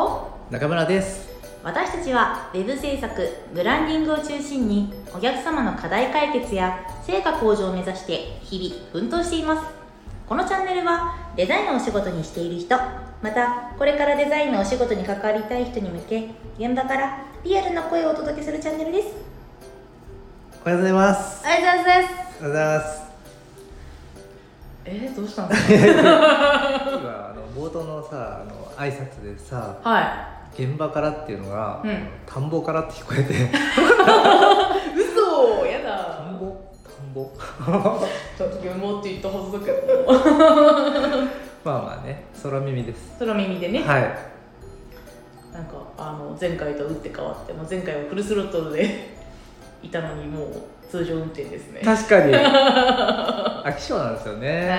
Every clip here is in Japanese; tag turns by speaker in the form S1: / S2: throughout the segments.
S1: 中村です
S2: 私たちは Web 制作ブランディングを中心にお客様の課題解決や成果向上を目指して日々奮闘していますこのチャンネルはデザインをお仕事にしている人またこれからデザインのお仕事に関わりたい人に向け現場からリアルな声をお届けするチャンネルです
S1: おはようございます
S2: ありがとうございます
S1: おはようございます
S2: えー、どうしたんです
S1: 今あの冒頭のさあの挨拶でさ
S2: かは
S1: 現場からっていうのが、
S2: うん
S1: あの田んぼからって聞こえて
S2: い嘘や
S1: 田
S2: だ
S1: んぼ田んぼ
S2: ちょっと現場って言ったはずだけ ど
S1: まあまあね空耳です
S2: 空耳でね
S1: はい
S2: なんかあの前回と打って変わって、まあ、前回はフルスロットルで いたのにもう通常運転ですね。
S1: 確かに飽き性なんですよね、
S2: は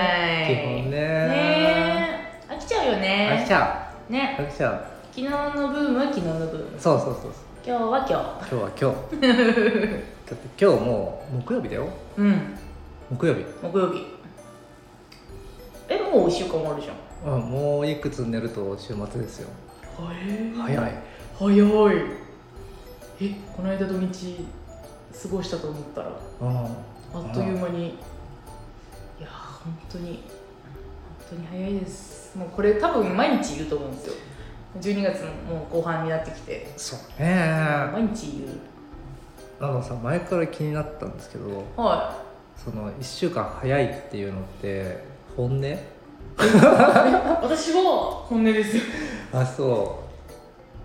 S2: い
S1: 基本ね
S2: ねえ飽きちゃうよね。
S1: 飽きちゃう
S2: ね
S1: 飽きちゃ
S2: 昨日のブームは昨日のブーム
S1: うそうそうそう
S2: 今日は
S1: そう今日は今 日だって今日もう木曜日だよ
S2: 今日うん
S1: 木曜日
S2: 木曜日えもう1週間終わるじゃん。
S1: あもういくつ寝ると週末ですよ
S2: 早
S1: 早い
S2: 早いえこの間土日過ごしたと思ったら
S1: うん
S2: あっという間にいやー本当に本当に早いですもうこれ多分毎日いると思うんですよ12月のもう後半になってきて
S1: そうね
S2: 毎日いる
S1: あのさ前から気になったんですけど
S2: は
S1: その1週間早いっていうのって本音
S2: い私は本音ですよ
S1: あそ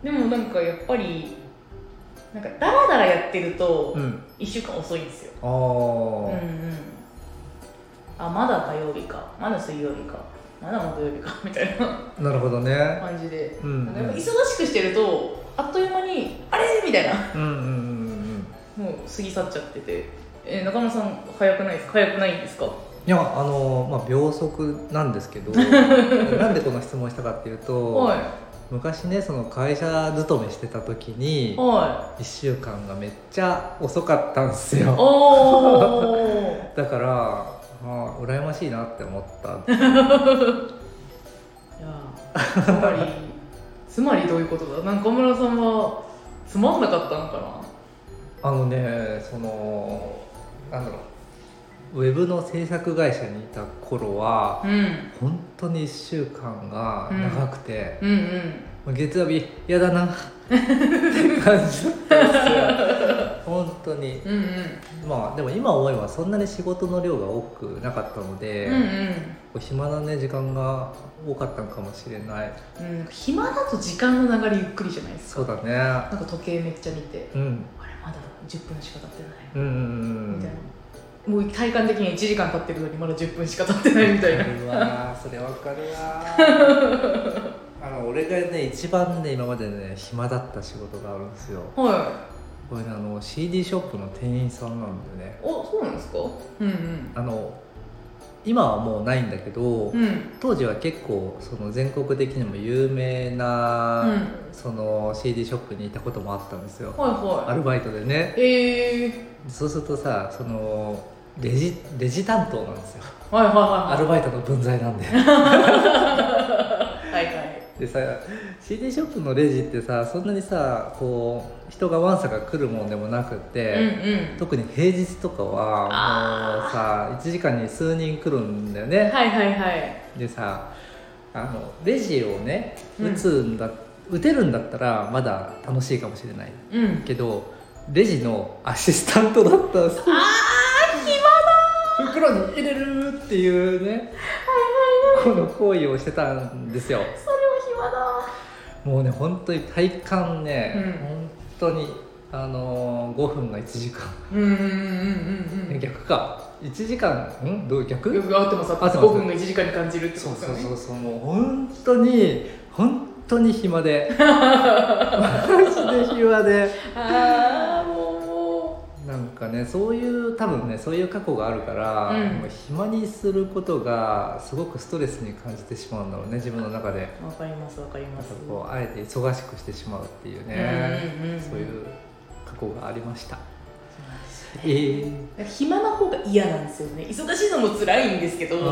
S2: でもなんかやっぱりなんかダラダラやってると
S1: ううん
S2: 1週間遅いんですよ
S1: ああ、
S2: うんうんあまだ火曜日かまだ水曜日かまだ木曜日かみたいな
S1: なるほどね
S2: 感じで
S1: うん
S2: なんかやっぱ忙しくしてるとあっという間にあれみたいな
S1: うんうんうんうん
S2: もう過ぎ去っちゃってて、えー中村さん早くないですか早くないんですか
S1: いやあのまあ秒速なんで すけどなんでこの質問したかっていうと、
S2: は
S1: 昔ねその会社勤めしてた時に
S2: いは
S1: 1週間がめっちゃ遅かったんです
S2: い
S1: よ
S2: おー
S1: だからまあ羨ましいなって思った
S2: いやーつま りつまりどういうことだ中村さんはつまんなかったのか
S1: あのねそのなんだろうウェブの制作会社にいた頃は
S2: なうん
S1: 本当に1週間が長くて、
S2: うん
S1: もう月曜日嫌だなって感じだったんですよ本当に
S2: うんうんうん
S1: まあでも今思えばそんなに仕事の量が多くなかったので、
S2: うん
S1: こう暇なね時間が多かったのかもしれない
S2: うんうん暇だと時間の流れゆっくりじゃないですか
S1: そうだね
S2: なんか時計めっちゃ見て
S1: うん
S2: あれまだ10分しか経ってない
S1: うんうんうん
S2: みたいなもう体感的に1時間経ってるのにまだ10分しか経ってないみたいな
S1: わかるわーそれわかるわーあの俺がね一番ね今までね暇だった仕事があるんですよ
S2: は
S1: これねあの CD ショップの店員さんなんだよね
S2: いおそうなんですかうんうん
S1: あの今はもうないんだけど、
S2: うん
S1: 当時は結構その全国的にも有名な、
S2: う
S1: その CD ショップにいたこともあったんですよア
S2: は
S1: ルバイトでね
S2: いはいええ
S1: そうするとさそのレジレジ担当なんですよ
S2: ー、はいはい
S1: アルバイトの分際なんで
S2: はいはいはい
S1: でさ CD ショップのレジってさそんなにさこう人がわんさか来るもんでもなくって、
S2: うん
S1: 特に平日とかはもうさ1時間に数人来るんだよね、
S2: はいはいはい
S1: でさあのレジをね
S2: うん
S1: 打つんだ、打てるんだったらまだ楽しいかもしれない
S2: うん
S1: けどレジのアシスタントだったんです
S2: あ
S1: 袋に入れるっていうねこの行為をしてたんですよ
S2: ーそれは
S1: もうね本当に体感ね、
S2: うん
S1: 本当にあのー、5分が1時
S2: 暇
S1: 間、
S2: だうんうんうんうんうん
S1: 逆か1時間んどう逆
S2: よく合ってます
S1: 合ってます
S2: 5分が1時間に感じるってこ
S1: そ
S2: と
S1: う
S2: です
S1: そ
S2: よね
S1: うそうそうもう本当に本当に暇 でマジで暇で
S2: ああもうも
S1: なんかねそういう多分ねそういう過去があるから、
S2: うん
S1: もう暇にすることがすごくストレスに感じてしまうんだろうね自分の中で。
S2: うわかりますわかり
S1: な
S2: ま
S1: んか
S2: す
S1: こうあえて忙しくしてしまうっていうね、
S2: うんうんうん
S1: そういう過去がありました。
S2: そうなんですよね
S1: えー
S2: 暇な方が嫌なんですよね忙しいのも辛いんですけど
S1: うん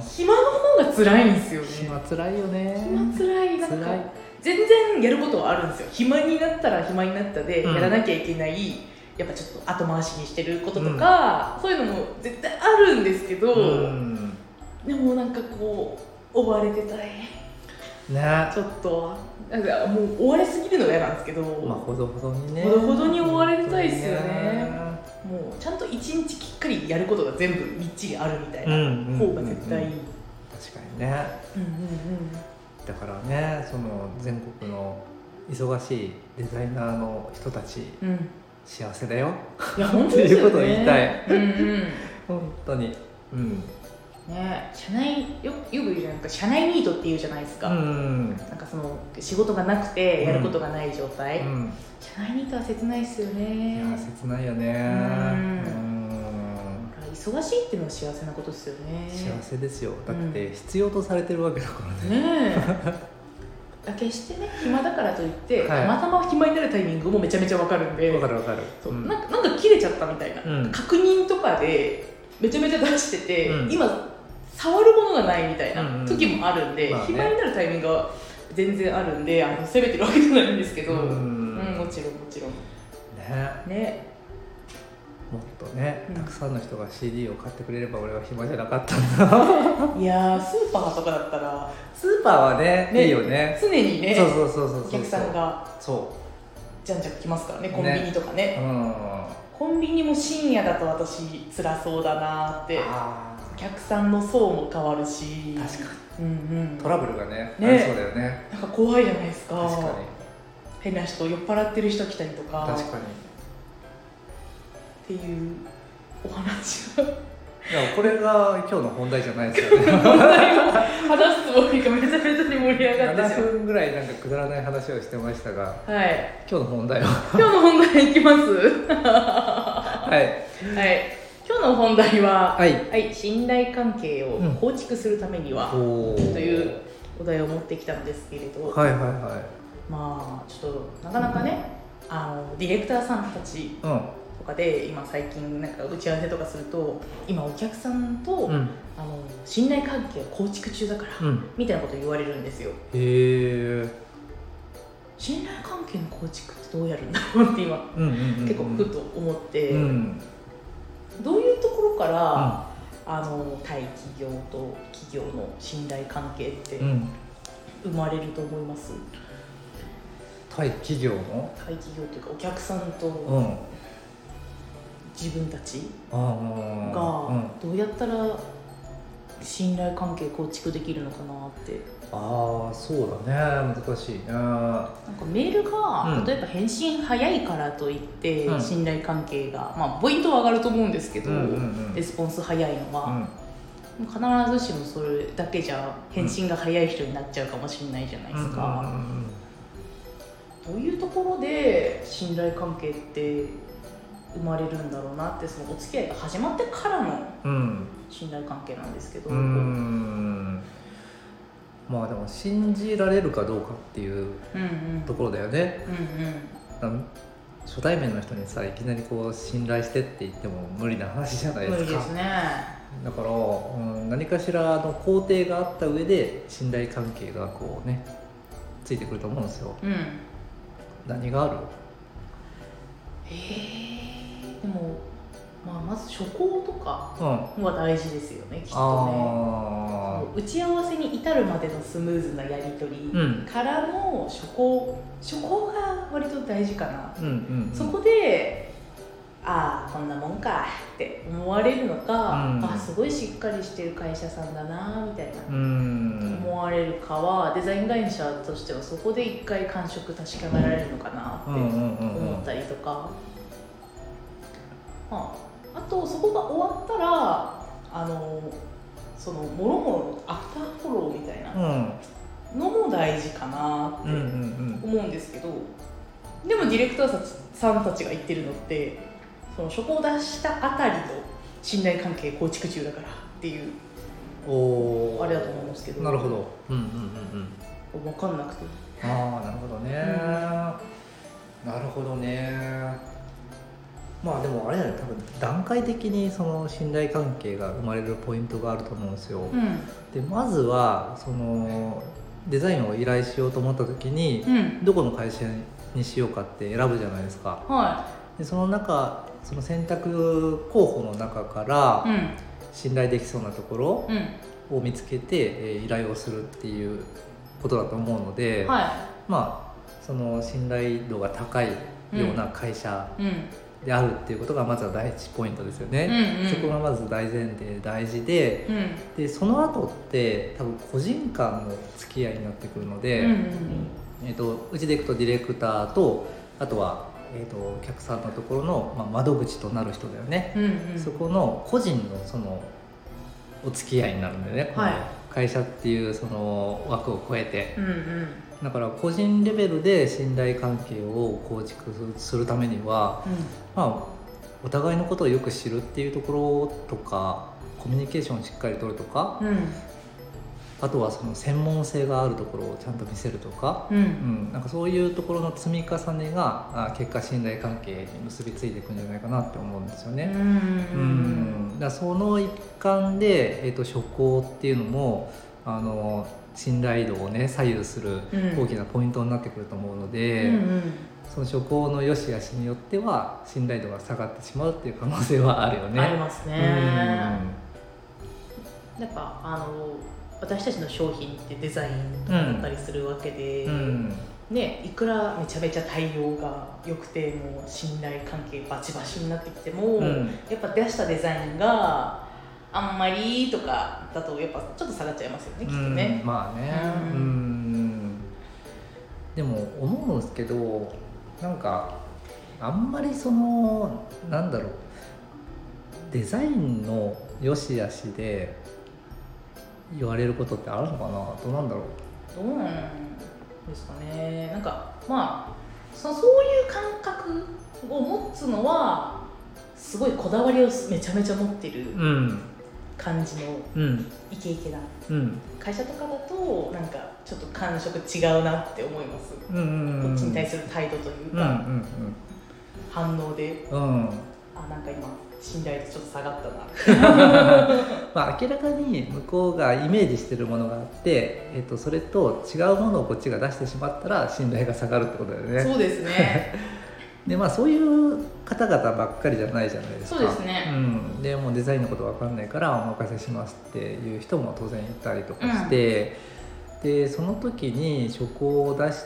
S2: 暇の方が辛いんですよね
S1: 暇つらいよね
S2: 暇辛いなんか
S1: 辛い
S2: 全然やることはあるんですよ暇になったら暇になったで、
S1: うん
S2: やらなきゃいけないやっぱちょっと後回しにしてることとか、そういうのも絶対あるんですけど、
S1: うん
S2: でもなんかこう追われてたい
S1: ねま
S2: ちょっとなんかもう追われすぎるのが嫌なんですけど、
S1: あほどほどにね
S2: ほどほどに追われたいっすよね
S1: 本
S2: もうちゃんと一日きっかりやることが全部みっちりあるみたい
S1: 当に
S2: な
S1: ねうん
S2: 方が絶対いい、
S1: うん確かにね
S2: うん
S1: だからねその全国の忙しいデザイナーの人たち
S2: うんうんうん
S1: 幸せだよ
S2: いや本当ですよね
S1: っていうことを言いたい
S2: うんうん
S1: 本当にうん
S2: ね社内よよく言うじゃないですか社内ニートっていうじゃないです
S1: う
S2: か、
S1: ん
S2: なんかその仕事がなくてやることがない状態、
S1: うん
S2: 社内ニートは切ないですよ
S1: い
S2: ね
S1: や切ないよね
S2: うん
S1: うん
S2: 忙しいっていうのは幸せなことですよね
S1: 幸せですよだって必要とされてるわけだからね
S2: ねえ だ決してね暇だからといって、
S1: はい
S2: たまたま暇になるタイミングもめちゃめちゃわかるんで
S1: わかるわかる
S2: そううんなんかなんか切れちゃったみたいな、
S1: うん
S2: 確認とかでめちゃめちゃ出してて、
S1: うん
S2: 今触るものがないみたい
S1: うんう
S2: なん時もあるんで、
S1: まあね
S2: 暇になるタイミングは全然あるんであの責めてるわけじゃないんですけど、
S1: うん
S2: うんもちろんもちろん
S1: ね
S2: ね
S1: もっとね
S2: うん
S1: たくさんの人が CD を買ってくれれば俺は暇じゃなかったんだ
S2: いやースーパーとかだったら
S1: スーパーはね
S2: ね
S1: いいよね
S2: 常にね
S1: そうそうそうそうそう
S2: お客さんが
S1: そ
S2: じゃんじゃん来ますからねコンビニとかね
S1: ううん
S2: コンビニも深夜だと私辛そうだなーって
S1: あ
S2: お客さんの層も変わるし
S1: ー確か
S2: に、うんうん、
S1: にトラブルがね
S2: ね
S1: ありそうだよね
S2: なんか怖いじゃないですか
S1: 確かに
S2: 変な人酔っ払ってる人来たりとか
S1: 確かに
S2: っていうお話を
S1: いやこれが今日の本題じゃないですよ ね
S2: 話すつもりがめちゃめちゃに盛り上がってし
S1: 7分ぐらいなんかくだらない話をしてましたが
S2: まうはい
S1: 今日の本 題は
S2: 今日の本題いきますは
S1: はい
S2: い今日の本題は、
S1: はい
S2: はい、信頼関係を構築するためには、
S1: おー
S2: というお題を持ってきたんですけれど、
S1: はいはいは
S2: まあちょっとなかなかね、あのディレクターさんたち
S1: いうん
S2: とかで今最近なんか打ち合わせとかすると今お客さんと、
S1: うん
S2: あの信頼関係を構築中だから、
S1: うん
S2: みたいなこと言われるんですよ
S1: へえ
S2: 信頼関係の構築ってどうやるんだろうって今
S1: うんうんうんうん
S2: 結構ふと思って、
S1: うん
S2: どういうところから、
S1: あ
S2: あの対企業と企業の信頼関係って
S1: うん
S2: 生まれると思います、
S1: 対企業の
S2: 対企業というかお客さん
S1: う
S2: と
S1: ん
S2: 自分たち、
S1: ああうん
S2: がどうやったら信頼関係構築できるのかなって
S1: ああそうだね難しいな
S2: なんかメールが、
S1: うん
S2: 例えば返信早いからといって、
S1: うん
S2: 信頼関係がまあポイントは上がると思うんですけど、
S1: うんうん
S2: レスポンス早いの
S1: う
S2: は、
S1: ん
S2: 必ずしもそれだけじゃ返信が早い人になっちゃうかもしれないじゃないです
S1: うんう
S2: か、
S1: んう
S2: どう
S1: ん
S2: いうところで信頼関係って生まれるんだろうなってそのお付き合いが始まってからの
S1: うん
S2: 信頼関係なんですけど、
S1: うーんまあでも信じられるかどうかっていう
S2: うんうん
S1: ところだよね
S2: うんうん
S1: あの初対面の人にさいきなりこう信頼してって言っても無理な話じゃないで
S2: 無
S1: す
S2: 理
S1: か
S2: ですね
S1: だから、うん、何かしらの工程があった上で信頼関係がこうねついてくると思うんですよ
S2: うん
S1: 何がある
S2: へえでも、まあ、まず初行とか
S1: うんあ
S2: は大事ですよねきっとね
S1: あ
S2: 打ち合わせに至るまでのスムーズなやり取
S1: ーう
S2: り
S1: ん
S2: からの初行初行が割と大事かな、
S1: うんうんうん
S2: そこでああこんなもんかって思われるのか、
S1: うん
S2: あすごいしっかりしてる会社さんだなみたいな、
S1: うん
S2: 思われるかはデザイン会社としてはそこで一回感触確かめられるのかな
S1: うん
S2: っ
S1: う
S2: て
S1: んうんうん
S2: 思ったりとか、まあ、あとそこが終わったらあのそのもろもろのアフターフォローみたいな
S1: うん
S2: のも大事かな
S1: うんうん
S2: って
S1: うん
S2: 思うんですけど、でもディレクターさんたちが言ってるのってその初行を出したあたりの信頼関係構築中だからっていう
S1: おー
S2: あれだと思うんですけど
S1: なるほどうんうんうんうん
S2: 分かんなくて。
S1: ああなるほどね、なるほどねまあでもあれだね多分段階的にその信頼関係が生まれるポイントがあると思うんですよ、
S2: うん
S1: でまずはそのデザインを依頼しようと思った時に
S2: うん
S1: どこの会社にしようかって選ぶじゃないですか
S2: は
S1: でその中その選択候補の中から
S2: いうん
S1: 信頼できそうなところ
S2: うん
S1: を見つけて、えー依頼をするっていうことだと思うので、
S2: は
S1: まあその信頼度が高いような会社
S2: いうん
S1: であるっていうことがまずは第一ポイントですよね、
S2: うんうん
S1: そこがまず大前提大事で
S2: うん
S1: でその後って多分個人間の付き合いになってくるの
S2: う
S1: で、
S2: んうん
S1: えー、とうちでいくとディレクターとあとは、えー、とお客さんのところの、まあ、窓口となる人だよね、
S2: うんうん
S1: そこの個人のそのお付き合いになるんだよね、この
S2: はい
S1: 会社っていうその枠を超えて
S2: うんうん
S1: だから個人レベルで信頼関係を構築するためには、まあ、お互いのことをよく知るっていうところとかコミュニケーションをしっかりとるとか、
S2: うん
S1: あとはその専門性があるところをちゃんと見せるとか、
S2: うんう
S1: うんん、なんかそういうところの積み重ねがあ結果信頼関係に結びついていくんじゃないかなって思うんですよ
S2: う
S1: ね。うんんだからその一環で、えー、と初行っていうのもあの信頼度をね左右する
S2: うん
S1: 大きなポイントになってくると思う
S2: う
S1: ので、
S2: んうん
S1: その初行の良し悪しによっては信頼度が下がってしまうっていう可能性はあるよね。
S2: ありますね
S1: うん
S2: やっぱあの私たちの商品ってデザインとかだったりするわけで、
S1: うん
S2: ね、いくらめちゃめちゃ対応が良くてもう信頼関係バチバチになってきても、
S1: うん
S2: やっぱ出したデザインがあんまりとかだとやっぱちょっと下がっちゃいますよね、きっと
S1: う
S2: ね
S1: ん、。まあね
S2: う
S1: うんんでも思うんですけどなんかあんまりそのなんだろうデザインの良し悪しで言われることってあるのかなどうなんだろう
S2: どうなんですかねなんかまあそそういう感覚を持つのはすごいこだわりをめちゃめちゃ持ってる
S1: うん
S2: 感じの
S1: うん
S2: イケイケな
S1: うん
S2: 会社とかだとなんかちょっと感触違うなって思います、
S1: うんうんう
S2: こ
S1: ん
S2: っちに対する態度という
S1: うんう
S2: か、
S1: ん
S2: 反応で
S1: うんうん
S2: あなんか今信頼度ちょっと下がったな
S1: まあ、明らかに向こうがイメージしてるものがあって、えっとそれと違うものをこっちが出してしまったら信頼が下がるってことだよね
S2: うです ね
S1: でまあそういう方々ばっかりじゃないじゃないですか
S2: そうですね
S1: うん、でもうデザインのことわかんないからお任せしますっていう人も当然いたりとかして、でその時に書稿を出し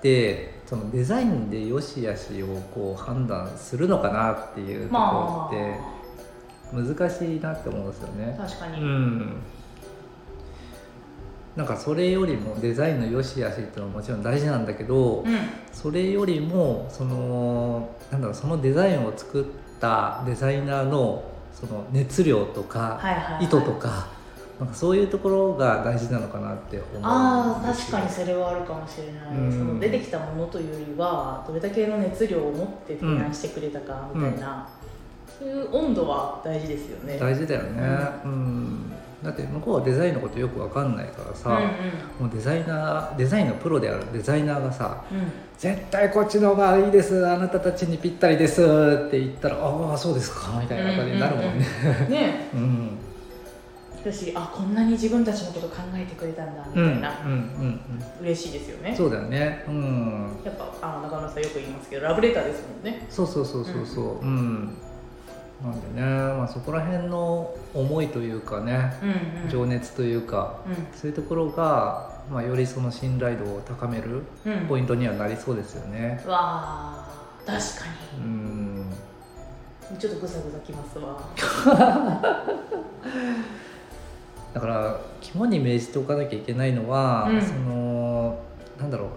S1: てそのデザインで良し悪しをこう判断するのかなっていうとこ
S2: ま
S1: ろって
S2: あ
S1: 難しいなって思うんですよね。
S2: 確か
S1: う
S2: に、
S1: んなんかそれよりもデザインの良し悪しっていうのはもちろん大事なんだけど、
S2: うん
S1: それよりもそのなんだろうそのデザインを作ったデザイナーのその熱量とか
S2: はいはいはい
S1: 意図とか,、なんかそういうところが大事なのかなって思う
S2: あ
S1: ん
S2: あ
S1: で
S2: 確
S1: すよ
S2: かにそれはあるかもしれない、
S1: うん
S2: その出てきたものというよりはどれだけの熱量を持って提案してくれたかみたいな、そういう温度は大事ですよね
S1: 大事だよね、うんだって向こうはデザインのことよくわかんないからさ、もうデザイナーデザインのプロであるデザイナーがさ、
S2: うんうんうん
S1: 絶対こっちの方がいいですあなたたちにぴったりですって言ったらああそうですかみたいな感じになるもんね。
S2: ね
S1: うんうん
S2: だしあこんなに自分たちのこと考えてくれたんだみ
S1: うん
S2: たいな、
S1: うん
S2: 嬉しいですよ
S1: うん
S2: ね
S1: そうだよね。うん
S2: やっぱあ中村さんよく言いますけどラブレターですもんね
S1: そうそうそうそうそう。うんなんでね、まあ、そこら辺の思いというかね
S2: うん
S1: 情熱というか、そういうところが、まあ、よりその信頼度を高める
S2: うんうん
S1: ポイントにはなりそうですよね。
S2: わあ確か
S1: うん
S2: にちょっとぐさぐさきますわ
S1: だから肝に銘じておかなきゃいけないのは、
S2: うん
S1: そのなんだろう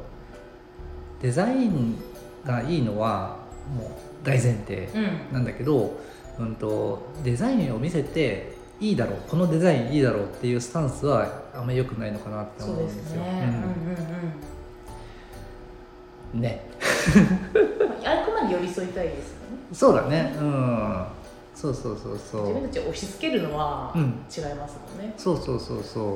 S1: デザインがいいのはもう大前提
S2: うん
S1: なんだけど、うんとデザインを見せていいだろうこのデザインいいだろうっていうスタンスはあんまり良くないのかなって
S2: そ
S1: 思
S2: う
S1: う
S2: で
S1: んです
S2: す
S1: よ。
S2: ねうんうん
S1: うんね
S2: うんあくまで寄り添いたいですよね
S1: そうだねうんそうそうそうそ
S2: 自分
S1: う
S2: たちを押し付けるのは
S1: う
S2: 違い
S1: ん
S2: ますもんね
S1: そうそうそうそう
S2: う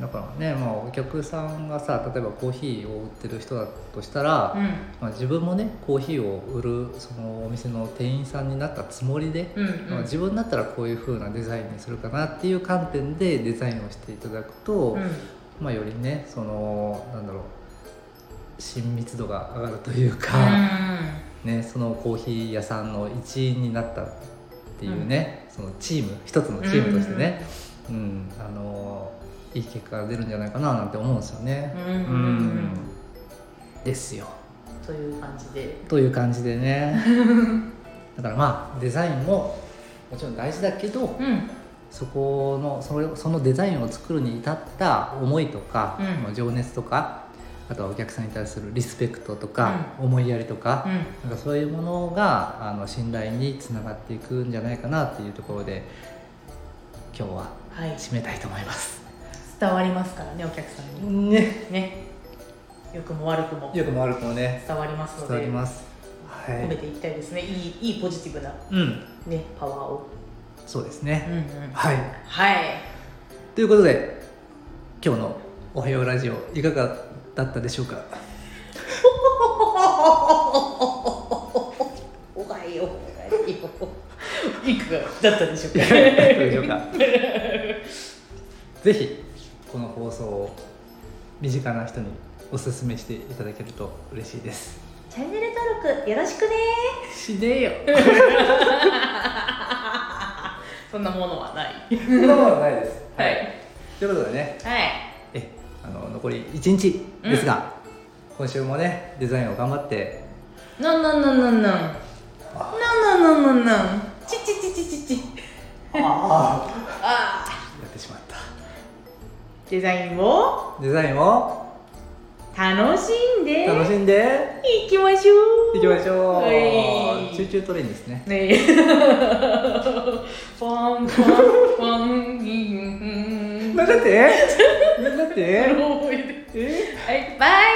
S2: ん
S1: だからね、まあ、お客さんがさ例えばコーヒーを売ってる人だとしたら、
S2: うん
S1: まあ、自分もねコーヒーを売るそのお店の店員さんになったつもりで、
S2: うん
S1: まあ、自分だったらこういう風なデザインにするかなっていう観点でデザインをしていただくと、
S2: うん
S1: まあ、よりねそのなんだろう親密度が上がるという
S3: う
S1: か、
S3: ん
S1: ね、そのコーヒー屋さんの一員になったっていうね、そのチーム一つのチームとしてね、うんあのいい結果が出るんじゃないかななんて思うんですよね。
S2: うんうん
S1: う
S2: うんん
S1: ですよ。
S2: うんという感じで
S1: という感じでねだからまあデザインももちろん大事だけど、
S2: うん
S1: そこのそれそのデザインを作るに至った思いとか、
S2: うん
S1: まあ情熱とかあとはお客さんに対するリスペクトとか、思いやりと
S2: う
S1: か,、
S2: ん
S1: なんかそういうものがあの信頼につながっていくんじゃないかなっていうところで今日は
S2: はい
S1: 締めたいと思います。
S2: 伝わりますからねお客さんに
S1: ね、
S2: ね良くも悪くも
S1: よくも悪くもね
S2: 伝わりますの
S1: 伝わ
S2: で
S1: ります。は
S2: 褒め
S1: い、
S2: ていきたいですねいいいいポジティブな
S1: うん、
S2: ねパワーを、
S1: そうですね。
S2: ん
S1: はい、
S2: はい
S1: ということで今日の「おはようラジオ」いかがだったでしょう か
S2: おはようおはよういくがだったでしょうか
S1: いかがだったで しょうか ぜひこの放送を身近な人にお勧めしていただけると嬉しいです
S3: チャンネル登録よろしくね
S1: しねえよ
S2: そんなものはない
S1: そんなものはないです
S2: はい
S1: ということでね
S2: はい
S1: えあの残り1日ですが、今週もねデザインを頑張って
S2: なんなんなんなんなんなんなんなんなんなんちちちちちち
S1: あ
S2: あ
S1: あやってしまった
S2: ーデザインを
S1: デザインを
S2: 楽しんで
S1: 楽しんで
S2: いきましょう
S1: いきましょう、
S2: はい
S1: チューチュートレインですね
S2: ねえ パンパンパンギン
S1: é. なんだってなんだって
S2: ロイド
S1: え
S2: はいバイ